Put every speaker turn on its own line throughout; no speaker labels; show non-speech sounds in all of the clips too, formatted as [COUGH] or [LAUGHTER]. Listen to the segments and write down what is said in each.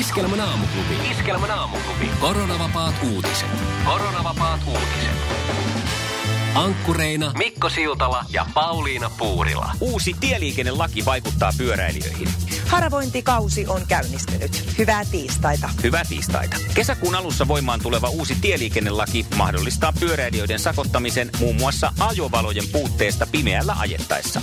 Iskelmän aamuklubi. Iskelmän aamuklubi. Koronavapaat uutiset. Koronavapaat uutiset. Ankkureina Mikko Siltala ja Pauliina Puurila.
Uusi tieliikennelaki vaikuttaa pyöräilijöihin.
Haravointikausi on käynnistynyt. Hyvää tiistaita.
Hyvää tiistaita. Kesäkuun alussa voimaan tuleva uusi tieliikennelaki mahdollistaa pyöräilijöiden sakottamisen muun muassa ajovalojen puutteesta pimeällä ajettaessa.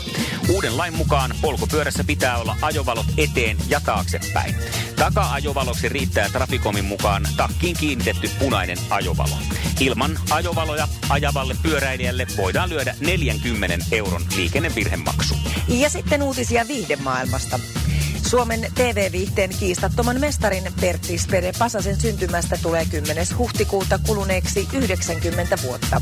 Uuden lain mukaan polkupyörässä pitää olla ajovalot eteen ja taaksepäin. Taka-ajovaloksi riittää Trafikomin mukaan takkiin kiinnitetty punainen ajovalo. Ilman ajovaloja ajavalle pyöräilijälle voidaan lyödä 40 euron liikennevirhemaksu.
Ja sitten uutisia viihdemaailmasta. Suomen TV-viihteen kiistattoman mestarin Pertti Spede Pasasen syntymästä tulee 10. huhtikuuta kuluneeksi 90 vuotta.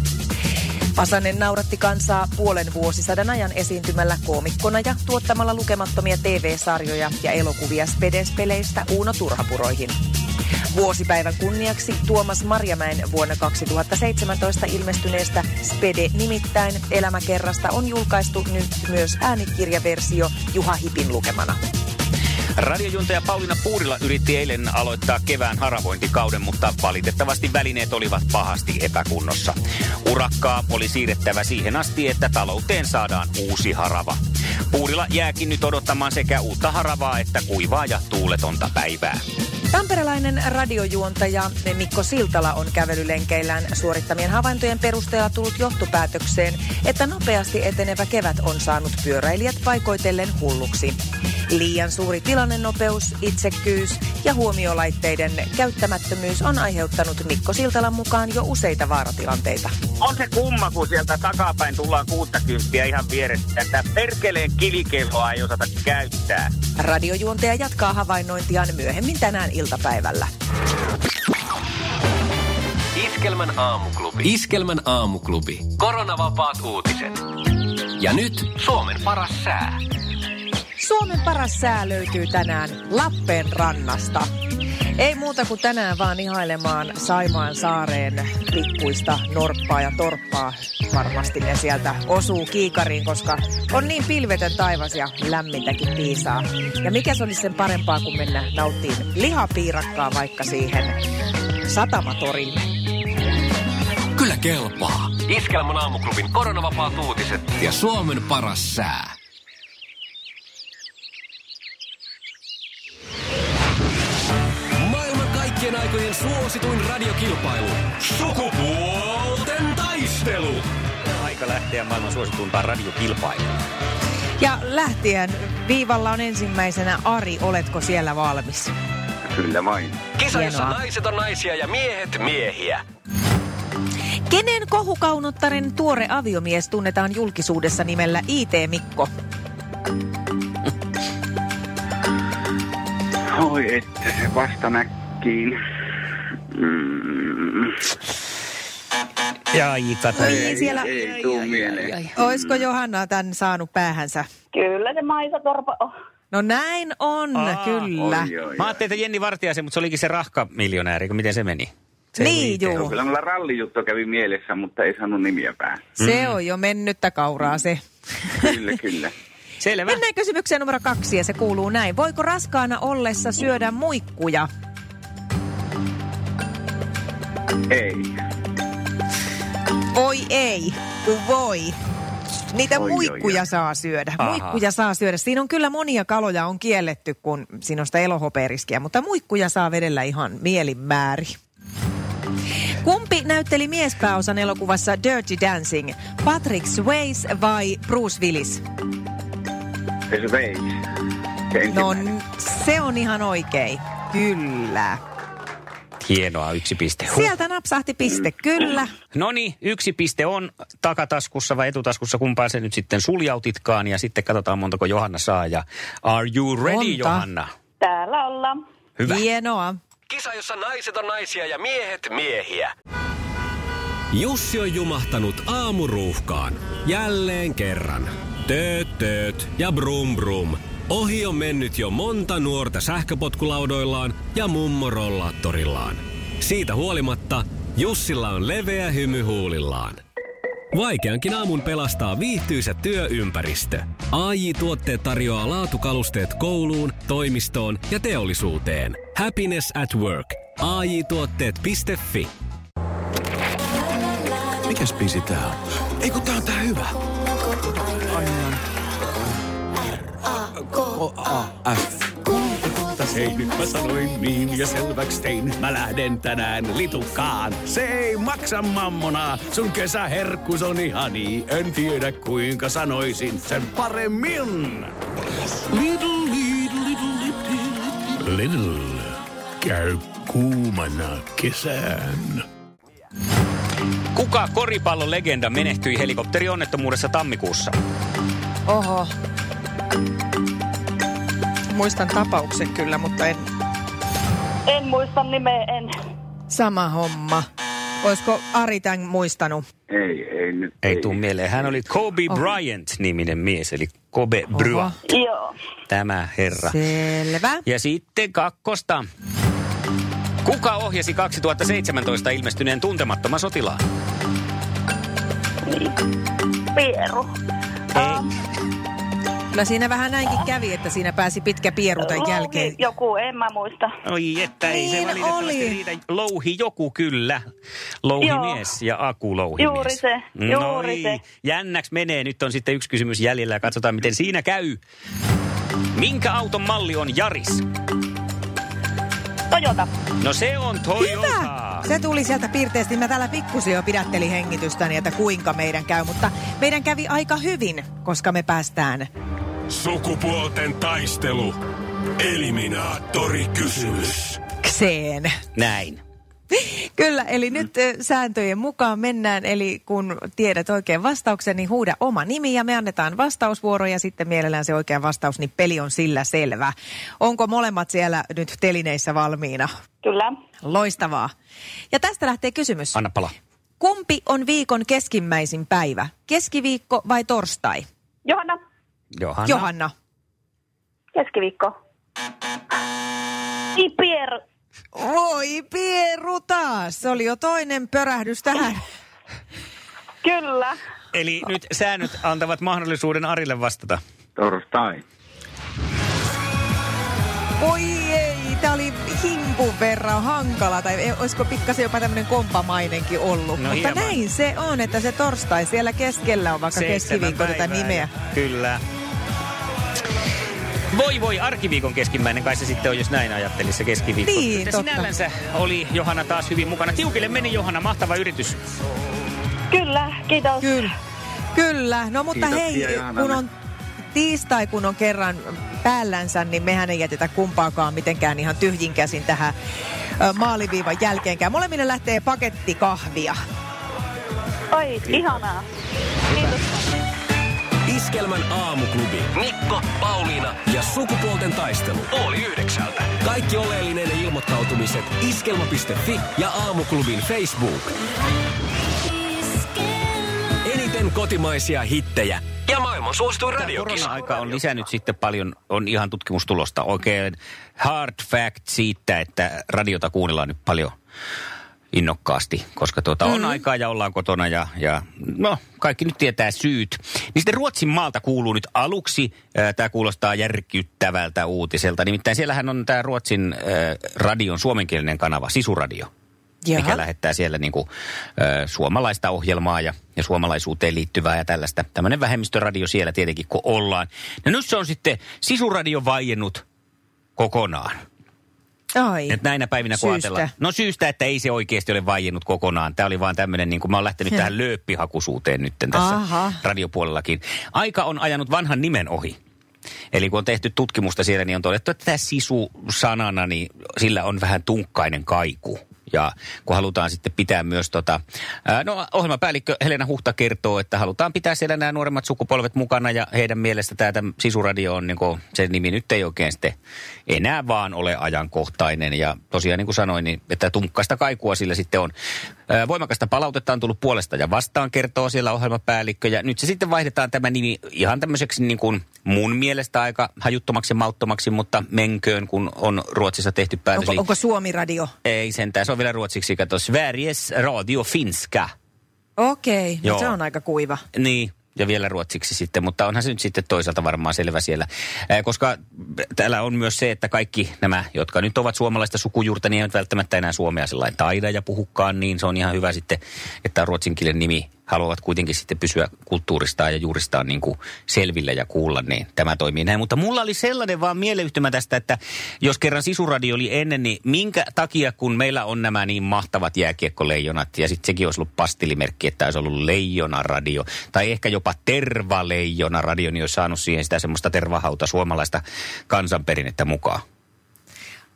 Pasanen nauratti kansaa puolen vuosisadan ajan esiintymällä koomikkona ja tuottamalla lukemattomia TV-sarjoja ja elokuvia Spedespeleistä Uuno Turhapuroihin. Vuosipäivän kunniaksi Tuomas Marjamäen vuonna 2017 ilmestyneestä Spede nimittäin elämäkerrasta on julkaistu nyt myös äänikirjaversio Juha Hipin lukemana.
Radiojuntaja Pauliina Puurila yritti eilen aloittaa kevään haravointikauden, mutta valitettavasti välineet olivat pahasti epäkunnossa. Urakkaa oli siirrettävä siihen asti, että talouteen saadaan uusi harava. Puurila jääkin nyt odottamaan sekä uutta haravaa että kuivaa ja tuuletonta päivää.
Tamperelainen radiojuontaja Mikko Siltala on kävelylenkeillään suorittamien havaintojen perusteella tullut johtopäätökseen, että nopeasti etenevä kevät on saanut pyöräilijät paikoitellen hulluksi. Liian suuri tilannenopeus, itsekkyys ja huomiolaitteiden käyttämättömyys on aiheuttanut Mikko Siltalan mukaan jo useita vaaratilanteita.
On se kumma, kun sieltä takapäin tullaan 60 ihan vierestä. Tätä perkeleen kilikelloa ei osata käyttää.
Radiojuontaja jatkaa havainnointiaan myöhemmin tänään iltapäivällä.
Iskelmän aamuklubi. Iskelmän aamuklubi. Koronavapaat uutiset. Ja nyt Suomen paras sää.
Suomen paras sää löytyy tänään Lappeenrannasta. Ei muuta kuin tänään vaan ihailemaan Saimaan saareen pikkuista norppaa ja torppaa. Varmasti ne sieltä osuu kiikariin, koska on niin pilvetön taivas ja lämmintäkin piisaa. Ja mikä se olisi sen parempaa kuin mennä nauttiin lihapiirakkaa vaikka siihen satamatorille.
Kyllä kelpaa. Iskelmän aamuklubin koronavapaat uutiset ja Suomen paras sää. Maailman kaikkien aikojen suosituin radiokilpailu. Sukupuolten taistelu.
Aika lähteä maailman suosituimpaan radiokilpailuun.
Ja lähtien viivalla on ensimmäisenä Ari, oletko siellä valmis?
Kyllä vain.
Kisa, jossa
Hienoa.
naiset on naisia ja miehet miehiä.
Kenen kohukaunottaren tuore aviomies tunnetaan julkisuudessa nimellä IT-Mikko?
Oi, että se vasta näkkiin. Mm,
Ja itata.
Ei Niin, siellä-
ei, ei tuu mieleen.
Oisko Johanna tän saanut päähänsä?
Kyllä se maisatorpa on.
No näin on,
Aa,
kyllä.
Oi, oi,
Mä ajattelin, että Jenni Vartiaisen, mutta se olikin se rahkamiljonääri, kun miten se meni? Se ei
niin
riitä.
oi.
juu,
Kyllä mulla rallijuttu kävi mielessä, mutta ei saanut nimiä päähän.
se on jo mennyttä kauraa se.
Kyllä, kyllä.
Selvä.
Mennään kysymykseen numero kaksi ja se kuuluu näin. Voiko raskaana ollessa syödä muikkuja?
Ei.
Voi ei, kun voi. Niitä
Oi,
oi,
oi,
muikkuja
oi.
saa syödä.
Aha.
Muikkuja saa syödä. Siinä on kyllä monia kaloja on kielletty, kun siinä on sitä elohopeeriskiä, mutta muikkuja saa vedellä ihan mielimääri. Kumpi näytteli miespääosan elokuvassa Dirty Dancing? Patrick Swayze vai Bruce Willis?
Se se vei. Se
No
ensimmäinen.
n- se on ihan oikein. Kyllä.
Hienoa, yksi piste. Huh.
Sieltä napsahti piste, kyllä.
No niin, yksi piste on takataskussa vai etutaskussa, kumpaan se nyt sitten suljautitkaan. Ja sitten katsotaan, montako Johanna saa. Ja are you ready,
Monta.
Johanna?
Täällä ollaan.
Hyvä.
Hienoa.
Kisa, jossa naiset on naisia ja miehet miehiä.
Jussi on jumahtanut aamuruuhkaan. Jälleen kerran. Tööt, tööt ja brum brum. Ohi on mennyt jo monta nuorta sähköpotkulaudoillaan ja mummorollaattorillaan. Siitä huolimatta Jussilla on leveä hymy huulillaan. Vaikeankin aamun pelastaa viihtyisä työympäristö. AI Tuotteet tarjoaa laatukalusteet kouluun, toimistoon ja teollisuuteen. Happiness at work. AJ Tuotteet.fi
Mikäs biisi tää on? Ei kun tää on tää hyvä. K-A-F. Ei nyt mä sanoin niin ja selväks tein. Mä lähden tänään litukaan. Se ei maksa mammona. Sun kesäherkkus on ihani. En tiedä kuinka sanoisin sen paremmin. Little, little, little, little, little. Käy kuumana kesään.
Kuka koripallon legenda menehtyi helikopterionnettomuudessa tammikuussa?
Oho. Muistan tapauksen kyllä, mutta en.
En muista nimeä, en.
Sama homma. Olisiko Ari tämän muistanut?
Ei, ei nyt.
Ei tuu mieleen. Hän oli Kobe
Oh.
Bryant-niminen mies, eli Kobe Bryant.
Joo.
Tämä herra.
Selvä.
Ja sitten kakkosta. Kuka ohjasi 2017 ilmestyneen tuntemattoman sotilaan?
Pieru.
Kyllä No siinä vähän näinkin kävi, että siinä pääsi pitkä pieru tämän
Louhi,
jälkeen.
Joku, en mä muista.
Oi että ei se
Niin
valitettavasti
oli.
riitä. Louhi joku kyllä. Louhimies ja Aku Louhimies.
Juuri se,
Noi,
juuri se.
Jännäksi menee. Nyt on sitten yksi kysymys jäljellä ja katsotaan miten siinä käy. Minkä auton malli on Jaris?
Toyota.
No se on Toyota.
Hyvä! Se tuli sieltä piirteesti. Mä täällä pikkusen jo pidättelin hengitystäni, että kuinka meidän käy, mutta meidän kävi aika hyvin, koska me päästään.
Sukupuolten taistelu. Eliminaattori kysymys.
Kseen.
Näin.
Kyllä, eli nyt ö, sääntöjen mukaan mennään. Eli kun tiedät oikein vastauksen, niin huuda oma nimi ja me annetaan vastausvuoro ja sitten mielellään se oikea vastaus, niin peli on sillä selvä. Onko molemmat siellä nyt telineissä valmiina?
Kyllä.
Loistavaa. Ja tästä lähtee kysymys.
Anna pala.
Kumpi on viikon keskimmäisin päivä? Keskiviikko vai torstai?
Johanna,
Johanna.
Johanna.
keskiviikko. Niin, Pieru.
Voi Pieru taas, se oli jo toinen pörähdys tähän.
Kyllä.
Eli nyt säännöt antavat mahdollisuuden Arille vastata.
Torstai.
Voi ei, tää oli himpun verran hankala, tai ei- olisiko pikkasen jopa tämmönen kompamainenkin ollut.
No
Mutta
hieman.
näin se on, että se torstai siellä keskellä on vaikka
Seitsemän
keskiviikko tätä
päivää,
nimeä.
Kyllä. Voi voi, arkiviikon keskimmäinen kai se sitten on, jos näin ajattelisi se keskiviikko.
Niin,
Mutta
totta.
Sinällänsä oli Johanna taas hyvin mukana. Tiukille meni Johanna, mahtava yritys.
Kyllä, kiitos.
Kyllä, kyllä. No mutta
Kiitoksia,
hei,
Johanna.
kun on tiistai, kun on kerran päällänsä, niin mehän ei jätetä kumpaakaan mitenkään ihan tyhjin käsin tähän ö, maaliviivan jälkeenkään. Molemmille lähtee paketti kahvia.
Oi, ihanaa.
Iskelmän aamuklubi. Mikko, Pauliina ja sukupuolten taistelu. Oli yhdeksältä. Kaikki oleellinen ilmoittautumiset iskelma.fi ja aamuklubin Facebook. Eniten kotimaisia hittejä ja maailman suosituin radiokisa.
Korona-aika on lisännyt sitten paljon, on ihan tutkimustulosta. Oikein hard fact siitä, että radiota kuunnellaan nyt paljon innokkaasti, koska tuota on aikaa ja ollaan kotona ja, ja no, kaikki nyt tietää syyt. Niin sitten Ruotsin maalta kuuluu nyt aluksi, tämä kuulostaa järkyttävältä uutiselta, nimittäin siellähän on tämä Ruotsin äh, radion suomenkielinen kanava, Sisuradio mikä lähettää siellä niin kuin, ö, suomalaista ohjelmaa ja, ja suomalaisuuteen liittyvää ja tällaista. Tämmöinen vähemmistöradio siellä tietenkin, kun ollaan. No nyt se on sitten sisuradio vaiennut kokonaan.
Ai.
Et näinä päivinä kun
Syystä.
ajatellaan. No syystä, että ei se oikeasti ole vaiennut kokonaan. Tämä oli vaan tämmöinen, niin kuin mä oon lähtenyt tähän lööppihakuisuuteen nyt tässä
Aha.
radiopuolellakin. Aika on ajanut vanhan nimen ohi. Eli kun on tehty tutkimusta siellä, niin on todettu, että tämä sisu-sanana, niin sillä on vähän tunkkainen kaiku. ja kun halutaan sitten pitää myös tota, ää, no ohjelmapäällikkö Helena Huhta kertoo, että halutaan pitää siellä nämä nuoremmat sukupolvet mukana ja heidän mielestä tämä täm- sisuradio on, niin kuin, se nimi nyt ei oikein sitten enää vaan ole ajankohtainen ja tosiaan niin kuin sanoin, niin että tunkkaista kaikua sillä sitten on. Ää, Voimakasta palautetta on tullut puolesta ja vastaan, kertoo siellä ohjelmapäällikkö. Ja nyt se sitten vaihdetaan tämä nimi ihan tämmöiseksi niin kuin mun mielestä aika hajuttomaksi ja mauttomaksi, mutta menköön, kun on Ruotsissa tehty päätös.
Onko,
Eli-
onko Suomi radio?
Ei sentään, se on vielä ruotsiksi, kato. Sveriges Radio Finska.
Okei, no
Joo.
se on aika kuiva.
Niin, ja vielä ruotsiksi sitten, mutta onhan se nyt sitten toisaalta varmaan selvä siellä. Eh, Koska täällä on myös se, että kaikki nämä, jotka nyt ovat suomalaista sukujuurta, niin eivät välttämättä enää suomea sellainen taida ja puhukaan, niin se on ihan hyvä sitten, että on ruotsinkielinen nimi haluavat kuitenkin sitten pysyä kulttuuristaan ja juuristaan niin kuin selvillä ja kuulla, niin tämä toimii näin. Mutta mulla oli sellainen vaan mieleyhtymä tästä, että jos kerran sisuradio oli ennen, niin minkä takia, kun meillä on nämä niin mahtavat jääkiekkoleijonat, ja sitten sekin olisi ollut pastilimerkki, että olisi ollut leijonaradio, tai ehkä jopa tervaleijonaradio, niin olisi saanut siihen sitä semmoista tervahauta suomalaista kansanperinnettä mukaan.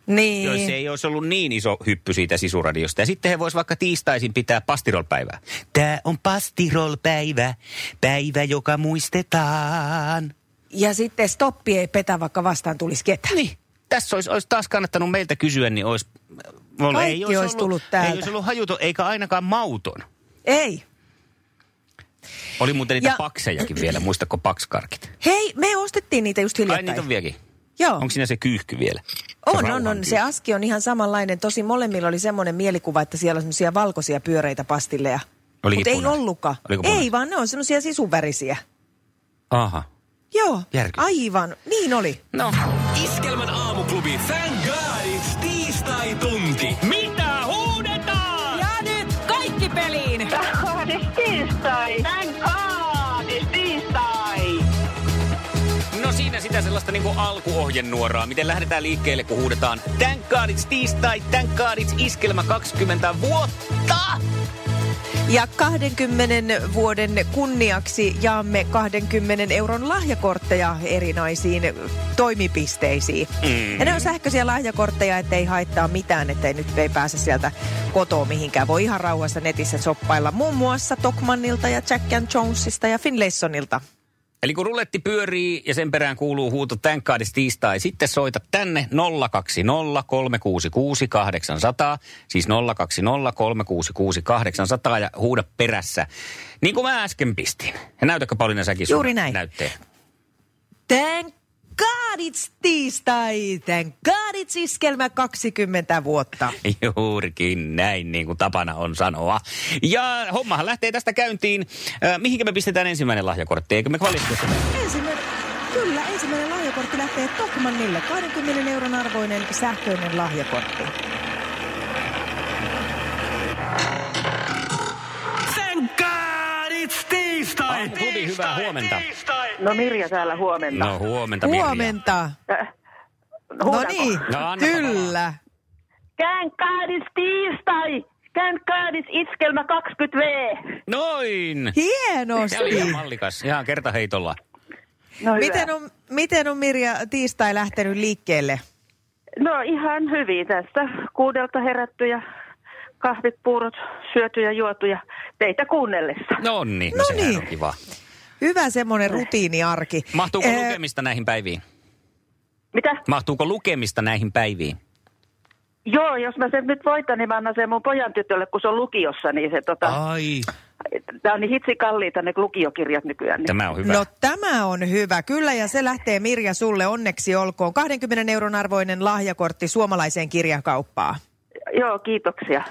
Jos
Niin.
ei olisi ollut niin iso hyppy siitä sisuradiosta. Ja sitten he vois vaikka tiistaisin pitää pastirolpäivää. Tää on pastirolpäivä, päivä joka muistetaan.
Ja sitten stoppi ei petä, vaikka vastaan tulisi ketään.
Niin, tässä olisi, olisi taas kannattanut meiltä kysyä, niin olisi... Mulla
Kaikki olisi tullut täältä.
Ei olisi ollut hajuton, eikä ainakaan mauton.
Ei.
Oli muuten niitä
Ja-
ja... paksejakin vielä, muistatko pakskarkit?
Hei, me ostettiin niitä just
Ai
hiljattain.
niitä on vieläkin.
Joo.
Onko siinä se kyyhky vielä? Se
On, on,
rauhan
on.
kyyhky.
Se aski on ihan samanlainen. Tosi molemmilla oli semmoinen mielikuva, että siellä on semmoisia valkoisia pyöreitä pastilleja.
Olikin
Mutta ei
punaiset.
ollutkaan.
Oliko
Ei,
punaiset?
vaan ne on semmoisia sisuvärisiä.
Aha.
Joo,
Järkyttävää.
aivan. Niin oli.
No,
Iskelmän aamuklubi Thank Godits tiistai tunti. Mitä huudetaan?
Ja nyt kaikki peliin!
Kahdis tiistai. Thank kahdis tiistai.
No siinä sitä sellaista niinku alkuohjenuoraa, miten lähdetään liikkeelle, kun huudetaan Thank God it's tiistai, Thank God it's iskelmä 20 vuotta!
Ja 20 vuoden kunniaksi jaamme 20 euron lahjakortteja erinäisiin toimipisteisiin. Mm. Ja ne on sähköisiä lahjakortteja, ettei haittaa mitään, ettei nyt ei pääse sieltä kotoa mihinkään. Voi ihan rauhassa netissä soppailla muun muassa Tokmannilta ja Jack and Jonesista ja Finlaysonilta.
Eli kun ruletti pyörii ja sen perään kuuluu huuto Thank God it's tiistai, sitten soita tänne 020 366 800, siis 020 366 800 ja huuda perässä. Niin kuin mä äsken pistin. Ja näytäkö Pauliina säkin sun
Juuri näin.
näytteen? [LAUGHS]
Thank God it's tiistai! Thank God it's iskelmä 20 vuotta.
Juurikin näin, niin kuin tapana on sanoa. Ja hommahan lähtee tästä käyntiin. Äh, mihinkä me pistetään ensimmäinen lahjakortti? Eikö me valitseta?
Ensimmäinen, kyllä, ensimmäinen lahjakortti lähtee Tokmannille. 20 euron arvoinen sähköinen lahjakortti.
Thank God it's tiistai.
Aamu klubi, hyvää huomenta.
No Mirja täällä huomenta.
No huomenta, Mirja.
Huomenta. No
Huudanko?
niin,
No, anna
kyllä.
Thank kahdis tiistai. Thank kahdis iskelmä 20 V.
Noin! Se oli
Hienosti.
ihan mallikas, ihan kertaheitolla.
No, hyvä.
Miten on, miten on Mirja tiistai lähtenyt liikkeelle?
No ihan hyvin tässä. Kuudelta herätty ja kahvit, puurot syöty ja juotu ja teitä kuunnellessa.
No niin,
No
no sehän
niin.
on kiva.
Hyvä semmoinen rutiiniarki.
Mahtuuko
Eh,
lukemista näihin päiviin?
Mitä?
Mahtuuko lukemista näihin päiviin?
Joo, jos mä sen nyt voitan, niin mä annan sen mun pojan tytölle, kun se on lukiossa, niin se tota...
Ai.
Tämä on niin hitsi kalliita ne lukiokirjat nykyään. Niin.
Tämä on hyvä.
No tämä on hyvä, kyllä, ja se lähtee Mirja sulle onneksi olkoon. 20 euron arvoinen lahjakortti suomalaiseen kirjakauppaan.
Joo, kiitoksia.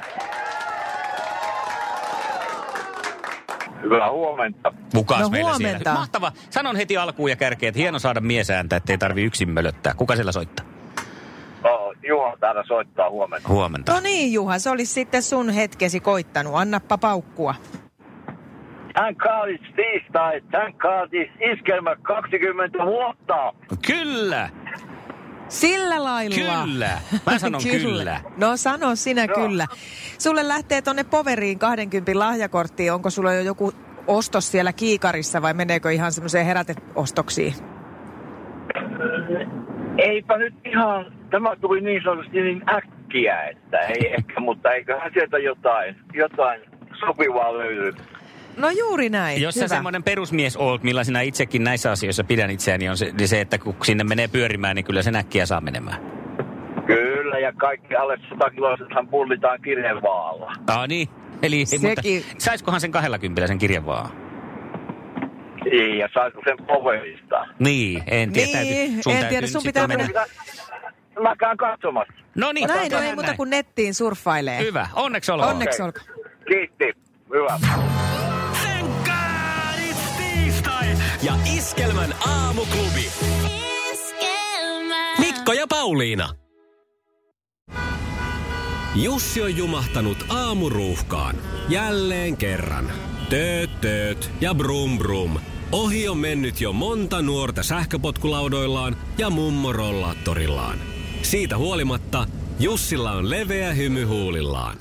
Hyvää huomenta.
Kukas
No,
meillä
huomenta.
siellä? Mahtava. Sanon heti alkuun ja kärkeen, että hieno saada miesääntä, ettei tarvi yksin mölöttää. Kuka siellä soittaa?
Oh, Juha täällä soittaa huomenta.
Huomenta.
No niin, Juha, se olisi sitten sun hetkesi koittanut. Annappa paukkua.
Thank God it's tiistai, thank God it's iskelmä 20 vuotta.
No.
Kyllä!
Sillä lailla.
Kyllä. Mä sanon kyllä.
No sano sinä no. kyllä. Sulle lähtee tonne poveriin 20 lahjakorttiin. Onko sulla jo joku ostos siellä kiikarissa vai meneekö ihan semmoiseen heräteostoksiin?
Eipä nyt ihan, tämä tuli niin sanotusti niin äkkiä. äkkiä, että ei ehkä, mutta eiköhän sieltä jotain, jotain sopivaa löydy.
No juuri näin.
Jos
Hyvä.
sä semmoinen perusmies oot, millaisena itsekin näissä asioissa pidän itseäni, on se, niin se, että kun sinne menee pyörimään, niin kyllä sen äkkiä saa menemään.
Kyllä, ja kaikki alle 100 kiloisethan pullitaan kirjevaalla.
Ah niin, eli
Sekin-
mutta, saiskohan sen 20 sen kirjan vaan?
Niin, ja saako sen pohjelista?
Niin, en tiedä.
Niin,
täytyy,
en
täytyy
tiedä,
nyt
sun
sitten
pitää
mennä-
mennä-
Mä käyn katsomassa.
No niin,
Näin, no
tehdään
ei muuta kuin nettiin surffailee.
Hyvä, onneksi olkoon.
Onneksi olkoon.
Kiitti. Hyvä.
Thank God it's tiistai!
Ja Iskelmän aamuklubi. Mikko ja Pauliina. Jussi on jumahtanut aamuruuhkaan. Jälleen kerran. Tööt, tööt ja brum brum. Ohi on mennyt jo monta nuorta sähköpotkulaudoillaan ja mummorollaattorillaan. Siitä huolimatta Jussilla on leveä hymy huulillaan.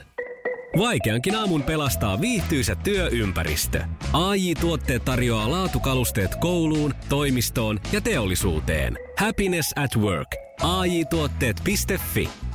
Vaikeankin aamun pelastaa viihtyisä työympäristö. AI Tuotteet tarjoaa laatukalusteet kouluun, toimistoon ja teollisuuteen. Happiness at work. AJ-tuotteet.fi.